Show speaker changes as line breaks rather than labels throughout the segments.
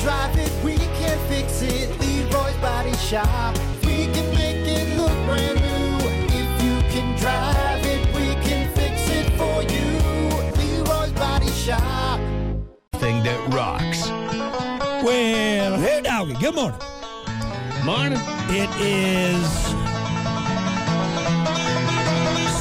drive it, we can fix it. Leroy's Body Shop. We can make it look brand new. If you can drive it, we can fix it for you. Leroy's Body Shop.
Thing that rocks.
Well, hey, doggy. Good morning.
Morning.
It is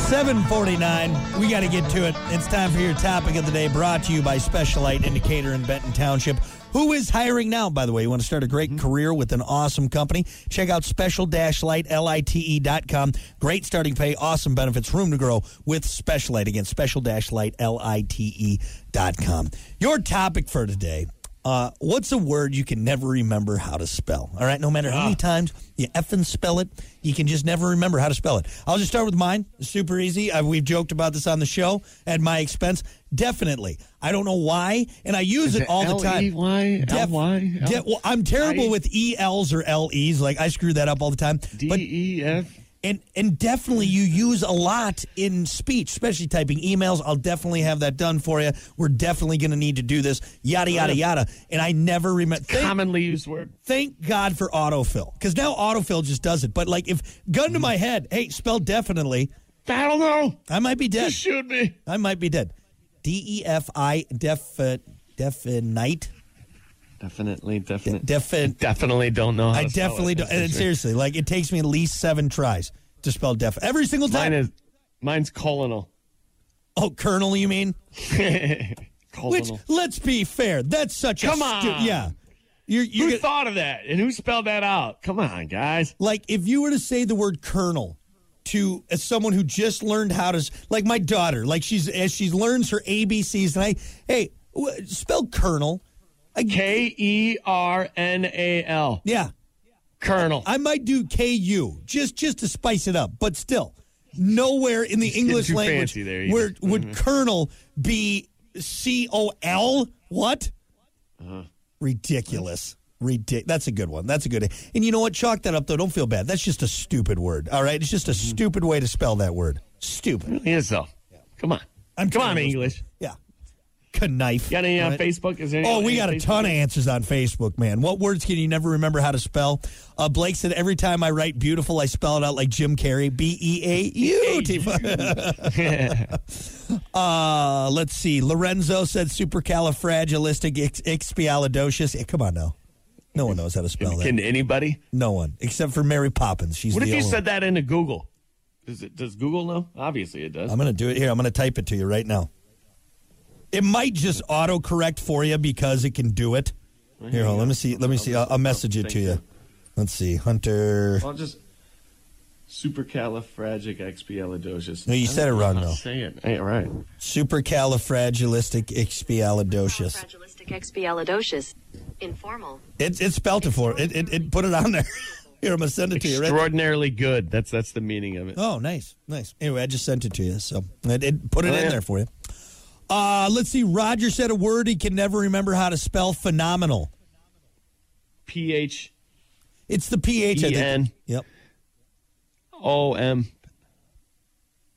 749. We got to get to it. It's time for your topic of the day brought to you by Specialite Indicator in Benton Township. Who is hiring now, by the way? You want to start a great career with an awesome company? Check out special-light, L-I-T-E E dot com. Great starting pay, awesome benefits, room to grow with Specialite. Again, special-light, L-I-T-E E dot com. Your topic for today uh, what's a word you can never remember how to spell? All right, no matter
Ah.
how many times you effing spell it, you can just never remember how to spell it. I'll just start with mine. It's super easy. i we've joked about this on the show at my expense. Definitely. I don't know why, and I use it,
it
all the time.
L-E-Y?
Def-
L-Y? L-
de- well, I'm terrible
I-
with ELs or LEs. Like, I screw that up all the time. But
D E F.
and and definitely you use a lot in speech, especially typing emails. I'll definitely have that done for you. We're definitely going to need to do this. Yada yada yada. And I never remember. Thank,
Commonly used word.
thank God for autofill because now autofill just does it. But like if gun
Mm-hmm.
to my head, hey, spell definitely,
I don't know.
I might be dead.
Just shoot me.
I might be dead. D e f i def definite
Definitely, definitely.
defin.
definitely don't know. How
I
to spell
definitely
it,
don't.
that's for
And
sure.
seriously, like it takes me at least seven tries to spell def every single time.
Mine is. Mine's colonel.
oh, Colonel, you mean? Which,
Colonel.
let's be fair, that's such
Come
a
on.
yeah. You're,
who
you're
thought of that? And who spelled that out? Come on, guys.
like if you were to say the word colonel to as someone who just learned how to s- like my daughter, like she's as she learns her ABCs, and I hey w- spell colonel, I,
K E R N A L.
yeah,
Colonel.
I might do K U just just to spice it up, but still nowhere in the English
too
language
fancy there, Mm-hmm.
where would colonel be C O L what?
Uh-huh.
Ridiculous. Ridic- that's a good one. That's a good. And you know what? Chalk that up though. Don't feel bad. That's just a stupid word. All right, it's just a
Mm-hmm.
stupid way to spell that word. Stupid.
Yes, though. Come on. Come on,
terrible.
English.
Yeah. Knife.
Got any uh, on Facebook? Is there any
Oh,
on
we got a
Facebook?
ton of answers on Facebook, man. What words can you never remember how to spell? Uh, Blake said every time I write beautiful, I spell it out like Jim Carrey. B E A U T. Uh, let's see. Lorenzo said supercalifragilisticexpialidocious. Eh, come on now. No one knows how to spell that.
Can anybody?
No one except for Mary Poppins. She's
What
the
if you
only
said that into Google? Does it? Does Google know? Obviously, it does.
I'm going to do it here. I'm going to type it to you right now. It might just autocorrect for you because it can do it. Here, hold, let me see. Let me see. I'll, I'll message it to you. Let's see, Hunter.
I'll just supercalifragilisticexpialidocious.
No, you said it wrong though.
Say it. Hey, all right.
Supercalifragilisticexpialidocious.
Califragilisticexpialidocious. Informal.
It, it spelt it for it, it. It put it on there. Here, I'm gonna send it to you. Right?
Extraordinarily good. That's that's the meaning of it.
Oh, nice, nice. Anyway, I just sent it to you, so it, it put
Oh,
it in
yeah.
there for you. Uh, let's see. Roger said a word he can never remember how to spell. Phenomenal.
P H
It's the ph. I think.
EN.
Yep,
O M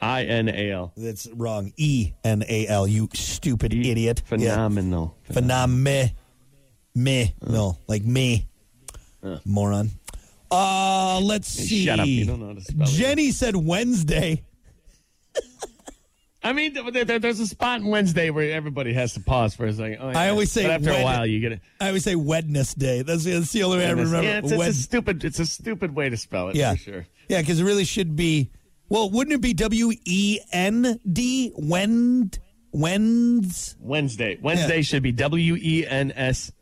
I N A L.
that's wrong. E N A L. You stupid
E-
idiot. Yeah.
Phenomenal.
Phenom me.
Uh.
No, like me. Moron. Uh let's see.
Shut up. You don't know how to spell it.
Jenny said Wednesday.
I mean, th- th- there's a spot on Wednesday where everybody has to pause for a second. Oh,
I
yeah.
always say
but after
when-
a while you get it.
I always say Wednesday. That's, that's the only way I remember.
yeah, it's, it's a
Wed-
stupid. It's a stupid way to spell it.
yeah.
for sure.
Yeah, because it really should be well, wouldn't it be W E N D Wend Wednesday?
Wednesday. Wednesday should be W E N S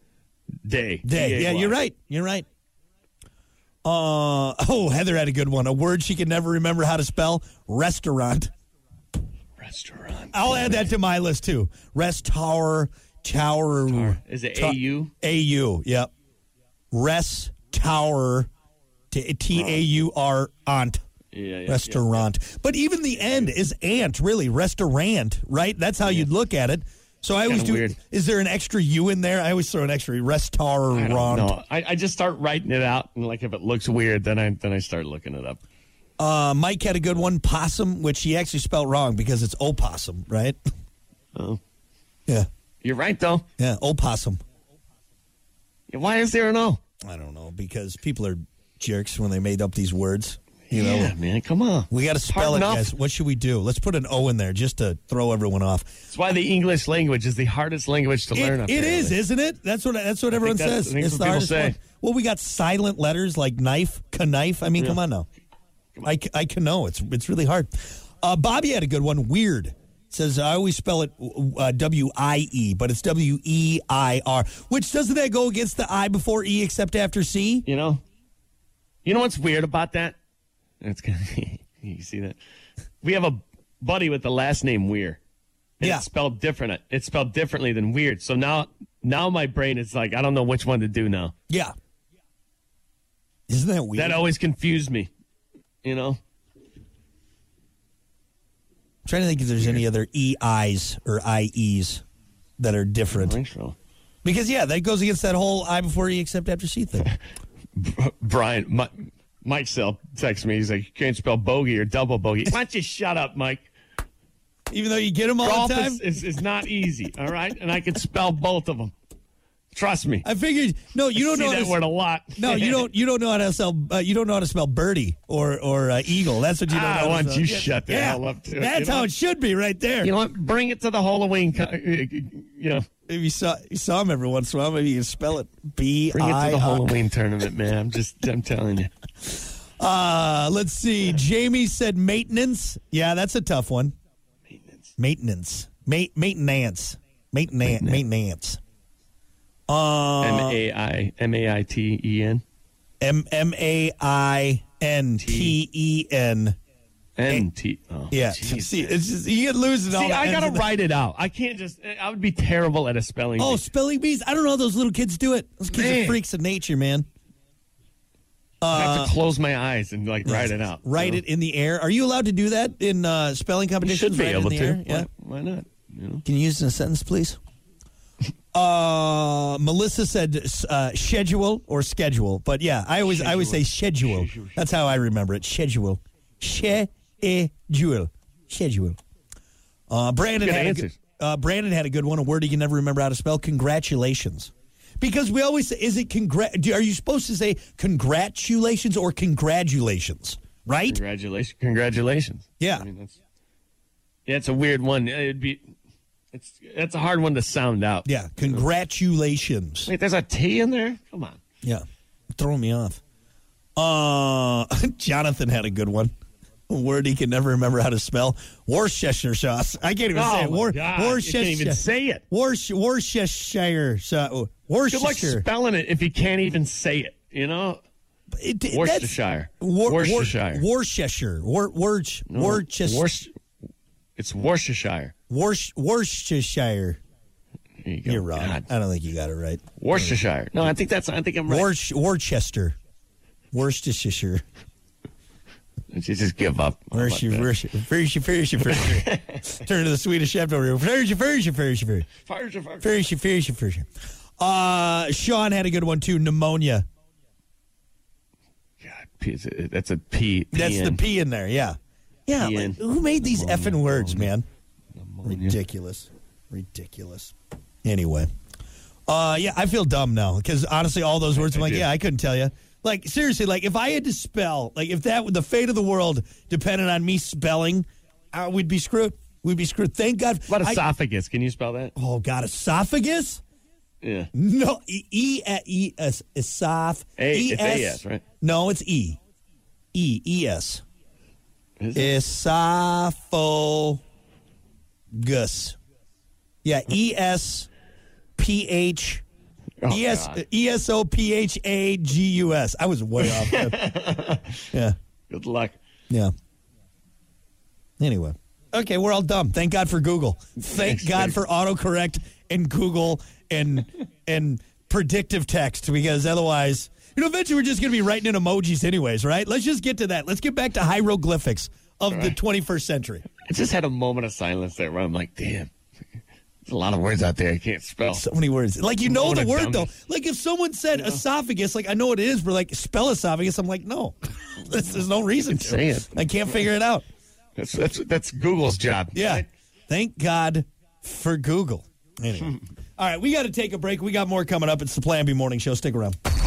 day.
Yeah,
D-A-Y.
you're right. You're right. Uh oh, Heather had a good one. A word she could never remember how to spell. Restaurant.
Restaurant.
I'll add that to my list too. Rest tower, tower.
Is it
ta-
AU?
AU, yep. Rest tower, T T A U R aunt.
Yeah, yeah, yeah.
Restaurant. But even the end is ant, really. Restaurant, right? That's how you'd look at it. So I always
Kinda
do.
weird.
Is there an extra U in there? I always throw an extra
I
restaurant.
don't know. I, I just start writing it out, and like if it looks weird, then I then I start looking it up.
Uh, Mike had a good one, possum, which he actually spelled wrong because it's opossum, right?
Oh.
Yeah,
You're right though.
yeah, opossum.
Why is there an O?
I don't know because people are jerks when they made up these words. You know,
yeah, man, come on.
we got to
It's
spell
hard
it,
enough.
guys. What should we do? Let's put an O in there just to throw everyone off.
That's why the English language is the hardest language to learn.
It, it
apparently.
is, isn't it? That's what that's what everyone
that's- I
says.
think
It's
that's
the
what
hardest
people
one.
say.
Well, we got silent letters like knife, knife. I mean, come on now. I, c- I can know it's it's really hard. Uh, Bobby had a good one. Weird says I always spell it uh, W I E, but it's W E I R. Which doesn't that go against the I before E except after C?
You know, you know what's weird about that? It's kind of, you see that we have a buddy with the last name Weir. And
Yeah.
it's spelled different. It's spelled differently than weird. So now, now my brain is like, I don't know which one to do now.
Yeah. Isn't that weird?
That always confused me. You know,
I'm trying to think if there's any other EIs or IEs that are different.
intro.
Because yeah, that goes against that whole I before E except after C thing.
Brian, my, Mike Sell texts me. He's like, you can't spell bogey or double bogey. Why don't you shut up, Mike?
Even though you get them all
Golf
the time.
is, is, is not easy. All right, and I can spell both of them. Trust me.
I figured no, you don't
see
know
that
how to,
word a lot.
No, you don't. You don't know how to spell. Uh, you don't know how to spell birdie or or uh, eagle. That's what you don't
Ah,
know.
why
how to
don't
spell.
you shut the hell up, too,
That's
you know?
how it should be, right there.
You know what? Bring it to the Halloween. Co- uh, you know,
if you saw you saw him every once in a while, maybe you can spell it B
bring it to the
I.
Halloween tournament, man. I'm just, I'm telling you.
Uh, let's see. Jamie said maintenance. Yeah, that's a tough one. Maintenance. Maintenance. Ma- maintenance. Maintenance. Maintenance. Uh,
M A I M A I T E N
M M A I N T E N.
N T. Oh,
Yeah.
jeez.
See, it's just you get losing all.
See,
the
I
ends
gotta
of the-
write it out. I can't just. eh, I would be terrible at a spelling.
Oh,
bee.
spelling bees! I don't know how those little kids do it. Those kids are
Man.
freaks of nature, man.
I have to close my eyes and like write it out.
uh, Write it in the air. Are you allowed to do that in uh, spelling
Oh. You
competitions?
should be
Write it in
able
the
to.
air? Yeah.
Why, why not? You know?
Can you use it in a sentence, please? Uh, Melissa said uh, schedule or schedule, but yeah, I always I always say schedule. That's how I remember it. Schedule, schedule, schedule. Uh, Brandon
Good
had a good,
answers.
uh, Brandon had a good one. A word he can never remember how to spell. Congratulations, because we always say, is it congrat? do- Are you supposed to say congratulations or congratulations? Right?
Congratulations! Congratulations!
Yeah.
I mean, that's yeah, it's a weird one. It'd be, it's that's a hard one to sound out.
Yeah. Congratulations.
Wait, there's a T in there? Come on.
Yeah. Throwing me off. Uh Jonathan had a good one. A word he can never remember how to spell. Worcestershire sauce. I can't even say it.
Oh, my
War,
God,
Worcestershire.
You can't even say it.
Worce- Worcestershire sauce.
Good luck
Worcestershire.
spelling it if you can't even say it. You know,
It- it-
Worcestershire.
that's- Wor- Wor-
Worcestershire.
Worcestershire. Wor- Worc- Worces-
Worc- It's Worcestershire.
Worc- Worcestershire.
There you go.
You're wrong.
Oh, God.
I don't think you got it right.
Worcestershire. No, I think that's. I think I'm right.
Worc- Worcester. Worcestershire.
You just give up. How
Where's your,
about
where's your, where's your, where's your, where's your? Turn to the Swedish chef over here. Where's your, where's your, where's your,
that? Fires of-
where's your, where's your, where's your? Uh, Sean had a good one too. Pneumonia.
God, P- it's a- that's a P.
That's the
PN.
P in there. Yeah, yeah.
PN.
like, who made these effing words, man? Ridiculous, ridiculous. Anyway, uh, yeah, I feel dumb now because honestly, all those words, I'm like,
do.
yeah, I couldn't tell you. Like seriously, like if I had to spell, like if that the fate of the world depended on me spelling, I would be screwed. We'd be screwed. Thank God.
What
I-
esophagus? Can you spell that?
Oh God, esophagus?
Yeah.
No, e e e s esoph.
A-
E-
it's
S-
AS, right?
No, it's e e e s
Is it?
esophagus. Yeah, e s p h
Oh,
e s
God.
e s o p h a g u s. I was way off. yeah,
Good luck.
yeah. Anyway, okay, we're all dumb. Thank God for Google. Thank God for autocorrect and Google and and predictive text because otherwise, you know, eventually we're just going to be writing in emojis anyways, right? Let's just get to that. Let's get back to hieroglyphics of the 21st century.
I just had a moment of silence there where I'm like, damn, there's a lot of words out there I can't spell.
So many words. Like you know
What
the
a
word though.
dummy.
Like if someone said esophagus, like I know what it is, but like spell esophagus, I'm like, no, There's- there's no reason to.
Say it.
I can't figure it out.
That's, that's that's Google's job.
Yeah.
Right?
Thank God for Google. Anyway. All right, we got to take a break. We got more coming up. It's the Plan B Morning Show. Stick around.